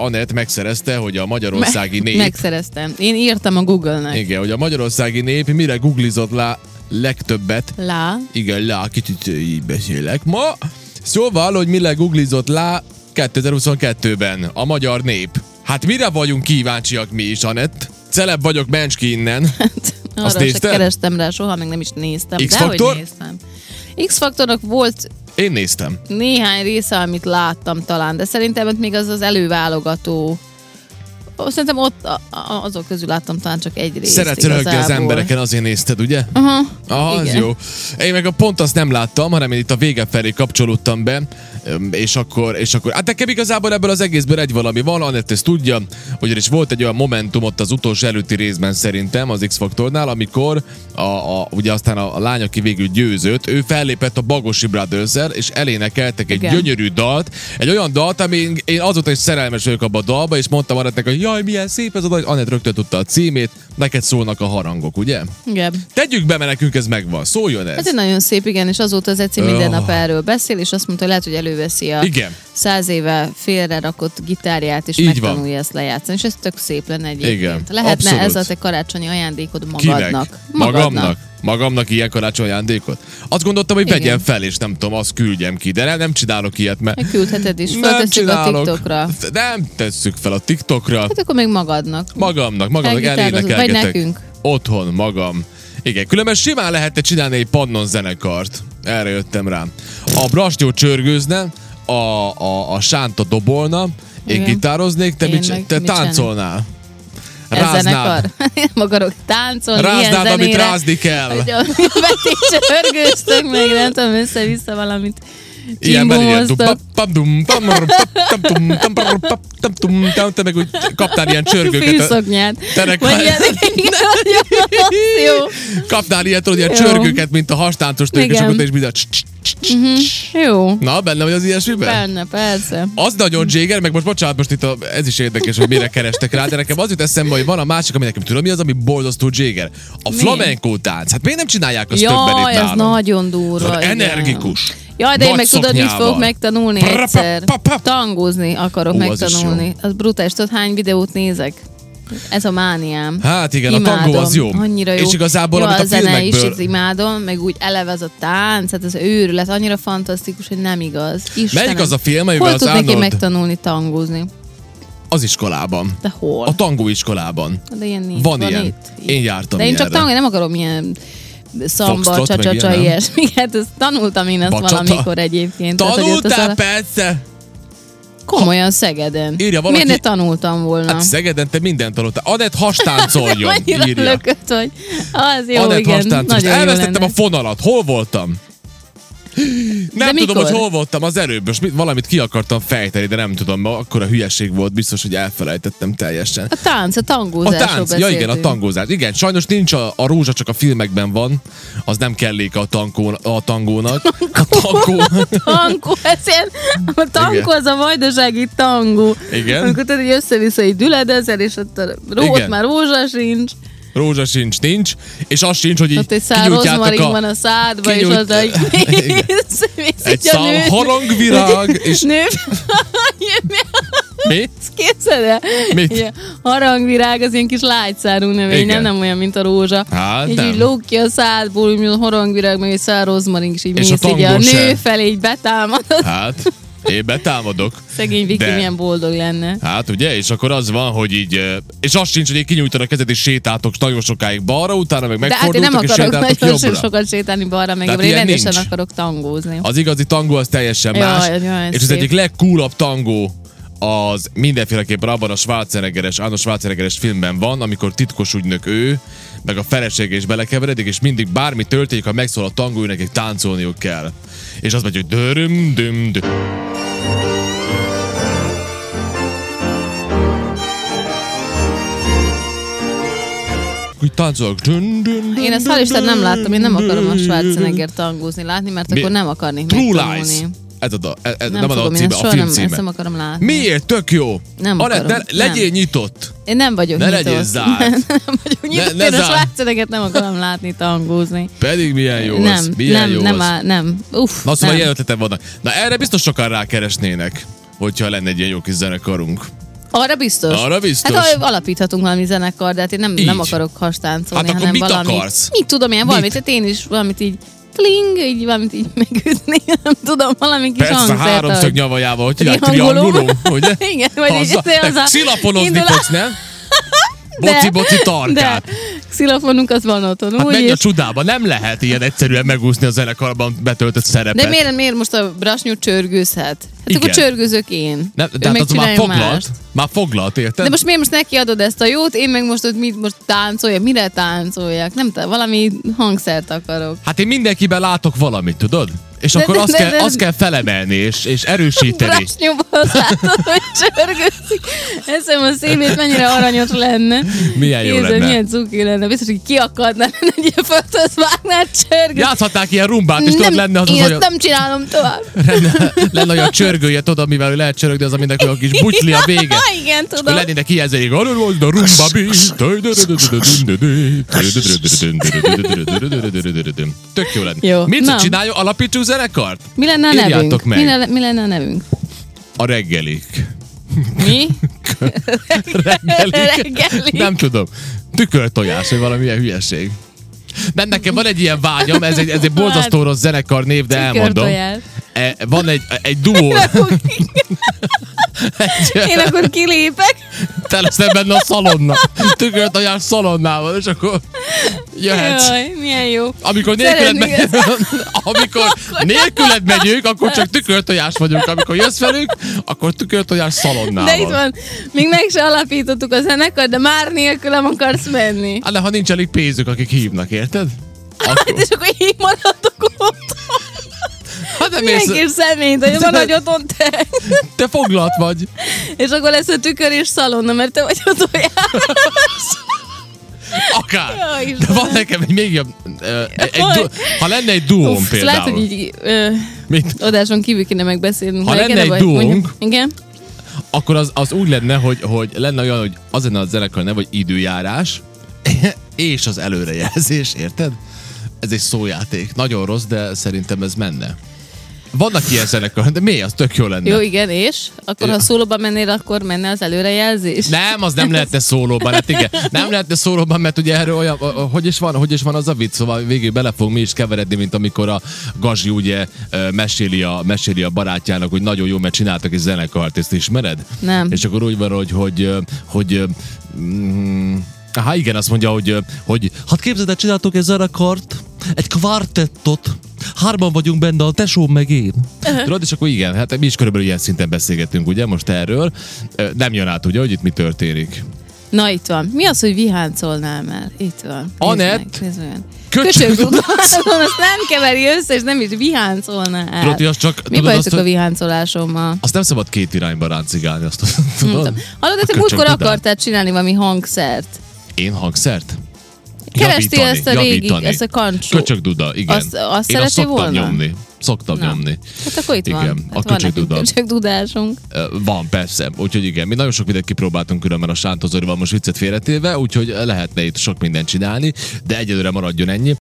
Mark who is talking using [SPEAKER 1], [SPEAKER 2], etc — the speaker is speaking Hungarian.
[SPEAKER 1] Anett megszerezte, hogy a magyarországi nép...
[SPEAKER 2] Megszereztem. Én írtam a Google-nek.
[SPEAKER 1] Igen, hogy a magyarországi nép mire googlizott lá legtöbbet.
[SPEAKER 2] Lá.
[SPEAKER 1] Igen, lá, kicsit így beszélek ma. Szóval, hogy mire googlizott lá 2022-ben a magyar nép. Hát mire vagyunk kíváncsiak mi is, Anett? Celeb vagyok, ments ki innen.
[SPEAKER 2] Hát, Arra
[SPEAKER 1] Azt
[SPEAKER 2] se
[SPEAKER 1] nézted?
[SPEAKER 2] kerestem rá, soha meg nem is néztem.
[SPEAKER 1] X-faktor?
[SPEAKER 2] Dehogy néztem. X-faktornak volt
[SPEAKER 1] Én néztem.
[SPEAKER 2] néhány része, amit láttam talán, de szerintem ott még az az előválogató. Ó, Szerintem ott a- a- azok közül láttam talán csak egy részt.
[SPEAKER 1] Szeretsz röhögni az
[SPEAKER 2] igazából.
[SPEAKER 1] embereken, azért nézted, ugye?
[SPEAKER 2] Aha.
[SPEAKER 1] Aha, az
[SPEAKER 2] Igen.
[SPEAKER 1] jó. Én meg a pont azt nem láttam, hanem én itt a vége felé kapcsolódtam be, öm, és akkor, és akkor, hát nekem igazából ebből az egészből egy valami van, Anett ezt tudja, ugyanis volt egy olyan momentum ott az utolsó előtti részben szerintem az X-Faktornál, amikor a, a, ugye aztán a, a lány, aki végül győzött, ő fellépett a Bagosi brothers és elénekeltek egy
[SPEAKER 2] Igen.
[SPEAKER 1] gyönyörű dalt, egy olyan dalt, ami én azóta is szerelmes vagyok abba a dalba, és mondtam Anettnek, hogy jaj, milyen szép ez a dal, Anett rögtön tudta a címét, neked szólnak a harangok, ugye?
[SPEAKER 2] Igen.
[SPEAKER 1] Tegyük be, mert nekünk ez megvan. Szóljon ez.
[SPEAKER 2] Ez egy nagyon szép, igen, és azóta az Eci minden
[SPEAKER 1] Ó.
[SPEAKER 2] nap erről beszél, és azt mondta, hogy lehet, hogy előveszi a
[SPEAKER 1] Igen.
[SPEAKER 2] száz éve félre rakott gitárját, és
[SPEAKER 1] Így
[SPEAKER 2] megtanulja ezt lejátszani, és ez tök szép lenne egyébként.
[SPEAKER 1] Igen,
[SPEAKER 2] Lehetne
[SPEAKER 1] abszolút.
[SPEAKER 2] ez a te karácsonyi ajándékod
[SPEAKER 1] Kinek?
[SPEAKER 2] magadnak.
[SPEAKER 1] Magamnak? Magamnak ilyen karácsony ajándékot? Azt gondoltam, hogy
[SPEAKER 2] Igen.
[SPEAKER 1] vegyem fel, és nem tudom, azt küldjem ki, de nem, nem csinálok ilyet, mert...
[SPEAKER 2] Megküldheted is,
[SPEAKER 1] nem
[SPEAKER 2] föltesszük a
[SPEAKER 1] csinálok.
[SPEAKER 2] TikTokra. Hát
[SPEAKER 1] Nem tesszük fel a TikTokra.
[SPEAKER 2] akkor még magadnak.
[SPEAKER 1] Magamnak, magamnak
[SPEAKER 2] Elgitározod, vagy
[SPEAKER 1] elénekelgetek.
[SPEAKER 2] nekünk.
[SPEAKER 1] Otthon, magam. Igen, különben simán lehetne csinálni egy pannon zenekart. Erre jöttem rá. A Brasnyó csörgőzne, a, a, a Sánta dobolna, én
[SPEAKER 2] Igen.
[SPEAKER 1] gitároznék, te,
[SPEAKER 2] Én
[SPEAKER 1] mit,
[SPEAKER 2] meg
[SPEAKER 1] csin- te
[SPEAKER 2] mit csinálnék?
[SPEAKER 1] táncolnál.
[SPEAKER 2] Ez
[SPEAKER 1] Ráznád.
[SPEAKER 2] zenekar. Magarok táncolni ilyen
[SPEAKER 1] Ráznád,
[SPEAKER 2] zenére.
[SPEAKER 1] amit rázni kell.
[SPEAKER 2] Hogy a vetésörgőztök meg, nem tudom, össze-vissza valamit.
[SPEAKER 1] Ilyenben ilyen
[SPEAKER 2] csimbóztok.
[SPEAKER 1] dum, pam, dum, pam, rum, pap, tam, tum, tam, pam, rum, pap, tam, tum, tam, te meg úgy kaptál ilyen csörgőket.
[SPEAKER 2] Fűszoknyát.
[SPEAKER 1] Terek-
[SPEAKER 2] Vagy ilyen, igen, jó.
[SPEAKER 1] Kaptál ilyen, tudod, ilyen
[SPEAKER 2] Jó.
[SPEAKER 1] csörgőket, mint a hastáncos tők, és
[SPEAKER 2] Igen.
[SPEAKER 1] akkor te is bizony. cs- cs- cs- cs-
[SPEAKER 2] Jó.
[SPEAKER 1] Na, benne vagy az ilyesmiben?
[SPEAKER 2] Benne, persze.
[SPEAKER 1] Az nagyon Jéger, meg most bocsánat, most itt a, ez is érdekes, hogy mire kerestek rá, de nekem az jut eszembe, hogy van a másik, ami nekem tudom, mi az, ami borzasztó Jéger. A
[SPEAKER 2] Mi?
[SPEAKER 1] flamenco tánc. Hát miért nem csinálják azt többen
[SPEAKER 2] Jaj,
[SPEAKER 1] itt
[SPEAKER 2] ez
[SPEAKER 1] nálunk?
[SPEAKER 2] nagyon
[SPEAKER 1] Az
[SPEAKER 2] durva. igen.
[SPEAKER 1] energikus.
[SPEAKER 2] Jaj, de én
[SPEAKER 1] Nagy
[SPEAKER 2] meg tudod, mit fogok
[SPEAKER 1] szoknyával.
[SPEAKER 2] megtanulni
[SPEAKER 1] Pra, pa,
[SPEAKER 2] egyszer?
[SPEAKER 1] pa, pa.
[SPEAKER 2] Tangózni akarok
[SPEAKER 1] Ó, az is
[SPEAKER 2] megtanulni. Az brutális, tudod, hány videót nézek? Ez a mániám.
[SPEAKER 1] Hát igen, a
[SPEAKER 2] imádom.
[SPEAKER 1] tangó az jó.
[SPEAKER 2] Annyira jó.
[SPEAKER 1] És igazából,
[SPEAKER 2] jó,
[SPEAKER 1] amit a
[SPEAKER 2] zene is,
[SPEAKER 1] filmekből-
[SPEAKER 2] ez imádom, meg úgy eleve az a tánc, hát ez őrület, annyira fantasztikus, hogy nem igaz. Istenem.
[SPEAKER 1] Melyik az a film, amivel
[SPEAKER 2] Hol
[SPEAKER 1] az
[SPEAKER 2] tudnék én
[SPEAKER 1] Arnold-
[SPEAKER 2] megtanulni tangózni?
[SPEAKER 1] Az iskolában.
[SPEAKER 2] De hol?
[SPEAKER 1] A tangóiskolában.
[SPEAKER 2] De ilyen nincs.
[SPEAKER 1] Van ilyen.
[SPEAKER 2] itt.
[SPEAKER 1] Én jártam
[SPEAKER 2] De én csak
[SPEAKER 1] ilyenre.
[SPEAKER 2] tanulni nem akarom ilyen szamba,
[SPEAKER 1] Foxtrot, meg
[SPEAKER 2] csacsacsa,
[SPEAKER 1] ilyen, nem?
[SPEAKER 2] ilyesmi. Hát ezt tanultam én ezt
[SPEAKER 1] Bacsata?
[SPEAKER 2] valamikor egyébként. Tehát, hogy ott az
[SPEAKER 1] Tanultál,
[SPEAKER 2] a-
[SPEAKER 1] persze!
[SPEAKER 2] Komolyan Szegeden.
[SPEAKER 1] Írja valaki-
[SPEAKER 2] Miért ne tanultam volna?
[SPEAKER 1] Hát Szegeden te mindent tanultál. Anett hastáncoljon,
[SPEAKER 2] Annyira
[SPEAKER 1] írja.
[SPEAKER 2] lökött, hogy az jó,
[SPEAKER 1] Anett
[SPEAKER 2] igen. Nagyon
[SPEAKER 1] hastáncoljon.
[SPEAKER 2] jó
[SPEAKER 1] Elvesztettem
[SPEAKER 2] lenne.
[SPEAKER 1] a fonalat. Hol voltam? Nem
[SPEAKER 2] De
[SPEAKER 1] tudom,
[SPEAKER 2] mikor?
[SPEAKER 1] hogy hol voltam az előbb. Most mit- valamit ki akartam fejteni, de nem tudom, mert akkora hülyeség volt, biztos, hogy elfelejtettem teljesen.
[SPEAKER 2] A tánc, a
[SPEAKER 1] A
[SPEAKER 2] tangózásról
[SPEAKER 1] tánc, ja igen, a
[SPEAKER 2] beszéltünk.
[SPEAKER 1] tangózás. Igen, sajnos nincs a, a rózsa, csak a filmekben van. Az nem kellék a, tankón, a tangónak. A tangónak.
[SPEAKER 2] Tankó, ez ilyen, a tankó
[SPEAKER 1] Igen.
[SPEAKER 2] az a vajdasági tangó.
[SPEAKER 1] Igen.
[SPEAKER 2] Amikor tudod, hogy össze-vissza így düledezel, és ott, a ró, ott
[SPEAKER 1] Igen.
[SPEAKER 2] már rózsa sincs,
[SPEAKER 1] Rózsa sincs, nincs, és az sincs, hogy így
[SPEAKER 2] ott Hát egy szál rozmarin van a szádba, és
[SPEAKER 1] kinyújt-
[SPEAKER 2] oda egy
[SPEAKER 1] Igen. Egy szál harangvirág, és
[SPEAKER 2] Nő,
[SPEAKER 1] mi?
[SPEAKER 2] képzeld el?
[SPEAKER 1] Mit?
[SPEAKER 2] Ilyen harangvirág, az ilyen kis lágyszárú növény,
[SPEAKER 1] Igen.
[SPEAKER 2] nem, nem olyan, mint a rózsa.
[SPEAKER 1] Hát
[SPEAKER 2] így,
[SPEAKER 1] nem.
[SPEAKER 2] így lóg ki a szádból, úgy, mint a harangvirág, meg egy szál rozmarin, és így
[SPEAKER 1] És a
[SPEAKER 2] mész így a
[SPEAKER 1] tangó se.
[SPEAKER 2] nő felé, így betámad.
[SPEAKER 1] Hát, én betámadok.
[SPEAKER 2] Szegény Viki
[SPEAKER 1] De.
[SPEAKER 2] milyen boldog lenne.
[SPEAKER 1] Hát ugye, és akkor az van, hogy így, eh, és az sincs, hogy így kinyújtanak a kezed, és sétáltok nagyon sokáig balra, utána meg
[SPEAKER 2] De hát én nem
[SPEAKER 1] megfordultok, és
[SPEAKER 2] akarok
[SPEAKER 1] sétáltok
[SPEAKER 2] nagyon
[SPEAKER 1] jobbra.
[SPEAKER 2] so- sokat sétálni balra meg
[SPEAKER 1] Tehát
[SPEAKER 2] jobbra. Én
[SPEAKER 1] ilyen
[SPEAKER 2] rendesen
[SPEAKER 1] nincs.
[SPEAKER 2] akarok tangózni.
[SPEAKER 1] Az igazi tangó az teljesen
[SPEAKER 2] Jaj,
[SPEAKER 1] más.
[SPEAKER 2] nagyon
[SPEAKER 1] és az
[SPEAKER 2] szép.
[SPEAKER 1] egyik legkúlabb tangó az mindenféleképpen abban a Schwarzeneggeres, Arnold Schwarzeneggeres filmben van, amikor titkos ügynök ő, meg a felesége is belekeveredik, és mindig bármi történik, ha megszól a tangó, ő nekik táncolniuk kell. És az megy, hogy dörüm, düm, düm. Úgy táncolok. Dün, dün, dün,
[SPEAKER 2] Én ezt
[SPEAKER 1] dün,
[SPEAKER 2] hál' Isten nem
[SPEAKER 1] dün,
[SPEAKER 2] láttam, én nem
[SPEAKER 1] dün,
[SPEAKER 2] akarom a
[SPEAKER 1] dün,
[SPEAKER 2] Schwarzenegger tangózni látni, mert
[SPEAKER 1] Mi?
[SPEAKER 2] akkor nem akarnék
[SPEAKER 1] True
[SPEAKER 2] megtanulni.
[SPEAKER 1] Lies. Ez a, da- ez, ez
[SPEAKER 2] Nem,
[SPEAKER 1] nem, a dal
[SPEAKER 2] fogom, én
[SPEAKER 1] címe, a
[SPEAKER 2] ezt soha
[SPEAKER 1] film
[SPEAKER 2] nem, ezt
[SPEAKER 1] címe.
[SPEAKER 2] nem akarom látni.
[SPEAKER 1] Miért? Tök jó.
[SPEAKER 2] Nem
[SPEAKER 1] Anett,
[SPEAKER 2] akarom.
[SPEAKER 1] ne, legyél
[SPEAKER 2] Nem.
[SPEAKER 1] nyitott.
[SPEAKER 2] Én nem vagyok
[SPEAKER 1] Ne
[SPEAKER 2] nyitott.
[SPEAKER 1] legyél zárt.
[SPEAKER 2] nem vagyok nyitott,
[SPEAKER 1] ne
[SPEAKER 2] én a
[SPEAKER 1] zárd.
[SPEAKER 2] Schwarzenegget nem akarom látni tangózni.
[SPEAKER 1] Pedig milyen jó
[SPEAKER 2] nem,
[SPEAKER 1] az. Milyen
[SPEAKER 2] nem,
[SPEAKER 1] jó
[SPEAKER 2] nem,
[SPEAKER 1] az.
[SPEAKER 2] áll- nem, Uff,
[SPEAKER 1] Na szóval
[SPEAKER 2] nem.
[SPEAKER 1] ilyen ötletek vannak. Na erre biztos sokan rákeresnének, hogyha lenne egy ilyen jó kis zenekarunk.
[SPEAKER 2] Arra biztos.
[SPEAKER 1] Arra biztos.
[SPEAKER 2] Hát ahogy alapíthatunk valami zenekar, de hát én nem,
[SPEAKER 1] Így.
[SPEAKER 2] nem akarok hastáncolni,
[SPEAKER 1] Hát akkor
[SPEAKER 2] hanem
[SPEAKER 1] mit
[SPEAKER 2] valami.
[SPEAKER 1] akarsz?
[SPEAKER 2] Mit tudom én, valamit, hát én is valamit így pling, így valamit így megütni, nem tudom, valami kis
[SPEAKER 1] Persze,
[SPEAKER 2] hangszert,
[SPEAKER 1] háromszög
[SPEAKER 2] ahogy-
[SPEAKER 1] nyavajával, hogy hívják,
[SPEAKER 2] Triangulum.
[SPEAKER 1] triangulum, ugye?
[SPEAKER 2] Igen, vagy így
[SPEAKER 1] Azzal-
[SPEAKER 2] az
[SPEAKER 1] meg
[SPEAKER 2] a-
[SPEAKER 1] Szilaponozni
[SPEAKER 2] indul a-
[SPEAKER 1] fogsz, nem?
[SPEAKER 2] De-
[SPEAKER 1] Boci-boci tarkát.
[SPEAKER 2] De, szilafonunk az van otthon,
[SPEAKER 1] Hát menj
[SPEAKER 2] úgyis.
[SPEAKER 1] a csodába, nem lehet ilyen egyszerűen megúszni a zenekarban betöltött szerepet.
[SPEAKER 2] De miért, miért most a brasnyú csörgőzhet? Hát
[SPEAKER 1] Igen.
[SPEAKER 2] akkor csörgözök én.
[SPEAKER 1] Nem,
[SPEAKER 2] Ő
[SPEAKER 1] de hát
[SPEAKER 2] meg
[SPEAKER 1] az már
[SPEAKER 2] csinálja
[SPEAKER 1] foglalt,
[SPEAKER 2] mást.
[SPEAKER 1] már foglalt, érted?
[SPEAKER 2] De most miért most neki adod ezt a jót, én meg most ott mit most táncoljak, mire táncoljak? Nem te, valami hangszert akarok.
[SPEAKER 1] Hát én mindenkiben látok valamit, tudod? És
[SPEAKER 2] De-
[SPEAKER 1] akkor
[SPEAKER 2] de-
[SPEAKER 1] azt,
[SPEAKER 2] de-
[SPEAKER 1] kell,
[SPEAKER 2] de-
[SPEAKER 1] azt kell felemelni és, és erősíteni.
[SPEAKER 2] Brasnyúban azt látod, hogy csörgőzik. Eszem a szívét, mennyire aranyos lenne.
[SPEAKER 1] Milyen jó
[SPEAKER 2] Képzeld,
[SPEAKER 1] lenne.
[SPEAKER 2] milyen cuki lenne. Biztos, hogy kiakadna, lenne egy ilyen földhöz vágnál csörgő.
[SPEAKER 1] Játszhatnák ilyen rumbát, és tudod, lenne az, az
[SPEAKER 2] én
[SPEAKER 1] hogy
[SPEAKER 2] ezt
[SPEAKER 1] a,
[SPEAKER 2] nem csinálom tovább.
[SPEAKER 1] lenne, lenne olyan csörgője, tudod, amivel ő lehet csörögni, az aminek olyan kis bucli a vége.
[SPEAKER 2] Igen,
[SPEAKER 1] Akkor
[SPEAKER 2] tudom.
[SPEAKER 1] lennének ilyen zenék. A rumba bi. Tök jó lenne.
[SPEAKER 2] Jó,
[SPEAKER 1] Mit
[SPEAKER 2] na.
[SPEAKER 1] csinálja? Alapítsuk zenekart?
[SPEAKER 2] Mi lenne a
[SPEAKER 1] Írjátok
[SPEAKER 2] nevünk?
[SPEAKER 1] meg.
[SPEAKER 2] Mi, le, mi lenne a nevünk?
[SPEAKER 1] A reggelik.
[SPEAKER 2] Mi?
[SPEAKER 1] Reggelik?
[SPEAKER 2] Reggelik.
[SPEAKER 1] Nem tudom. Tükörtojás, vagy valamilyen hülyeség. Nem, nekem van egy ilyen vágyam, ez egy, ez egy borzasztó rossz zenekar név, de elmondom.
[SPEAKER 2] Tükörtojás.
[SPEAKER 1] E, Van egy, egy duó,
[SPEAKER 2] Én akkor kilépek.
[SPEAKER 1] te leszel benne a szalonna. Tükörtojás szalonnával, és akkor jöhetsz.
[SPEAKER 2] Jaj, milyen jó.
[SPEAKER 1] Amikor nélküled,
[SPEAKER 2] Szeretnék
[SPEAKER 1] megy, amikor nélküled megyünk, akkor csak tükörtojás vagyunk. Amikor jössz velünk, akkor tükörtojás szalonnál
[SPEAKER 2] De itt van, még meg se alapítottuk a zenekar, de már nélkülem akarsz menni.
[SPEAKER 1] Hát de ha nincs elég pénzük, akik hívnak, érted? Akkor,
[SPEAKER 2] Hát és akkor így maradtok ott.
[SPEAKER 1] hát de
[SPEAKER 2] Milyen
[SPEAKER 1] mész,
[SPEAKER 2] kis szemét, hogy van, hogy otthon te.
[SPEAKER 1] te foglalt vagy.
[SPEAKER 2] És akkor lesz a tükör és szalonna, mert te vagy az olyan.
[SPEAKER 1] Akár.
[SPEAKER 2] Jaj,
[SPEAKER 1] De
[SPEAKER 2] Istenem.
[SPEAKER 1] van nekem egy még jobb... ö, Egy,
[SPEAKER 2] Jaj.
[SPEAKER 1] du- ha lenne egy duóm
[SPEAKER 2] Uff, szóval
[SPEAKER 1] például.
[SPEAKER 2] Lehet, hogy így ö,
[SPEAKER 1] Mit?
[SPEAKER 2] adáson kívül kéne megbeszélnünk.
[SPEAKER 1] Ha
[SPEAKER 2] melyiket,
[SPEAKER 1] lenne egy
[SPEAKER 2] vagy mondjuk-
[SPEAKER 1] duónk,
[SPEAKER 2] Igen.
[SPEAKER 1] Akkor az, az úgy lenne, hogy, hogy lenne olyan, hogy az lenne a zenekar neve, hogy időjárás, és az előrejelzés, érted? Ez egy szójáték. Nagyon rossz, de szerintem ez menne. Vannak ilyen zenekar, de mi? Az tök jó lenne.
[SPEAKER 2] Jó, igen, és? Akkor, ha szólóba mennél, akkor menne az előrejelzés?
[SPEAKER 1] Nem, az nem lehetne szólóban, hát igen. Nem lehetne szólóban, mert ugye erről olyan, ö, ö, hogy is van, hogy is van az a vicc, szóval végül bele fogunk mi is keveredni, mint amikor a Gazsi ugye ö, meséli a, meséli a barátjának, hogy nagyon jó, mert csináltak egy zenekart, ezt ismered?
[SPEAKER 2] Nem.
[SPEAKER 1] És akkor úgy van, hogy, hogy, ö, hogy ö, mm, Há, igen, azt mondja, hogy, ö, hogy hát képzeld el, csináltok egy zenekart, egy kvartettot, hárman vagyunk benne, a tesóm meg én. Tudod, és akkor igen, hát mi is körülbelül ilyen szinten beszélgetünk, ugye, most erről. Ö, Nem jön át, ugye, hogy itt mi történik.
[SPEAKER 2] Na, itt van. Mi az, hogy viháncolnál már? Itt van. Nézd meg,
[SPEAKER 1] Anett.
[SPEAKER 2] nézd meg.
[SPEAKER 1] Köcsög
[SPEAKER 2] Köcsög tudáson, azt nem keveri össze, és nem is viháncolnál.
[SPEAKER 1] Tudod, hogy az csak...
[SPEAKER 2] Hát, Mi
[SPEAKER 1] tudod
[SPEAKER 2] baj
[SPEAKER 1] azt,
[SPEAKER 2] csak a
[SPEAKER 1] hogy-
[SPEAKER 2] viháncolásommal?
[SPEAKER 1] azt nem szabad két irányba ráncigálni, azt
[SPEAKER 2] Nem
[SPEAKER 1] tudod?
[SPEAKER 2] tudom. Hallod, de
[SPEAKER 1] Hát
[SPEAKER 2] te
[SPEAKER 1] köcsög
[SPEAKER 2] múltkor
[SPEAKER 1] tudás.
[SPEAKER 2] akartál csinálni valami hangszert.
[SPEAKER 1] Én hangszert?
[SPEAKER 2] Kerestél ezt a régi-
[SPEAKER 1] javítani.
[SPEAKER 2] ezt a kancsó.
[SPEAKER 1] Köcsög duda, igen.
[SPEAKER 2] Azt- azt
[SPEAKER 1] Én azt
[SPEAKER 2] szereti
[SPEAKER 1] szoktam
[SPEAKER 2] volna?
[SPEAKER 1] nyomni. Szoktam
[SPEAKER 2] Na.
[SPEAKER 1] nyomni.
[SPEAKER 2] Hát akkor itt
[SPEAKER 1] Igen,
[SPEAKER 2] van.
[SPEAKER 1] a
[SPEAKER 2] Hát van
[SPEAKER 1] köcsög
[SPEAKER 2] nekünk
[SPEAKER 1] duda.
[SPEAKER 2] köcsög tudásunk.
[SPEAKER 1] Ö, Van, persze. Úgyhogy igen, mi nagyon sok mindent kipróbáltunk különben a Sántozorival most viccet félretéve, úgyhogy lehetne itt sok mindent csinálni, de egyelőre maradjon ennyi.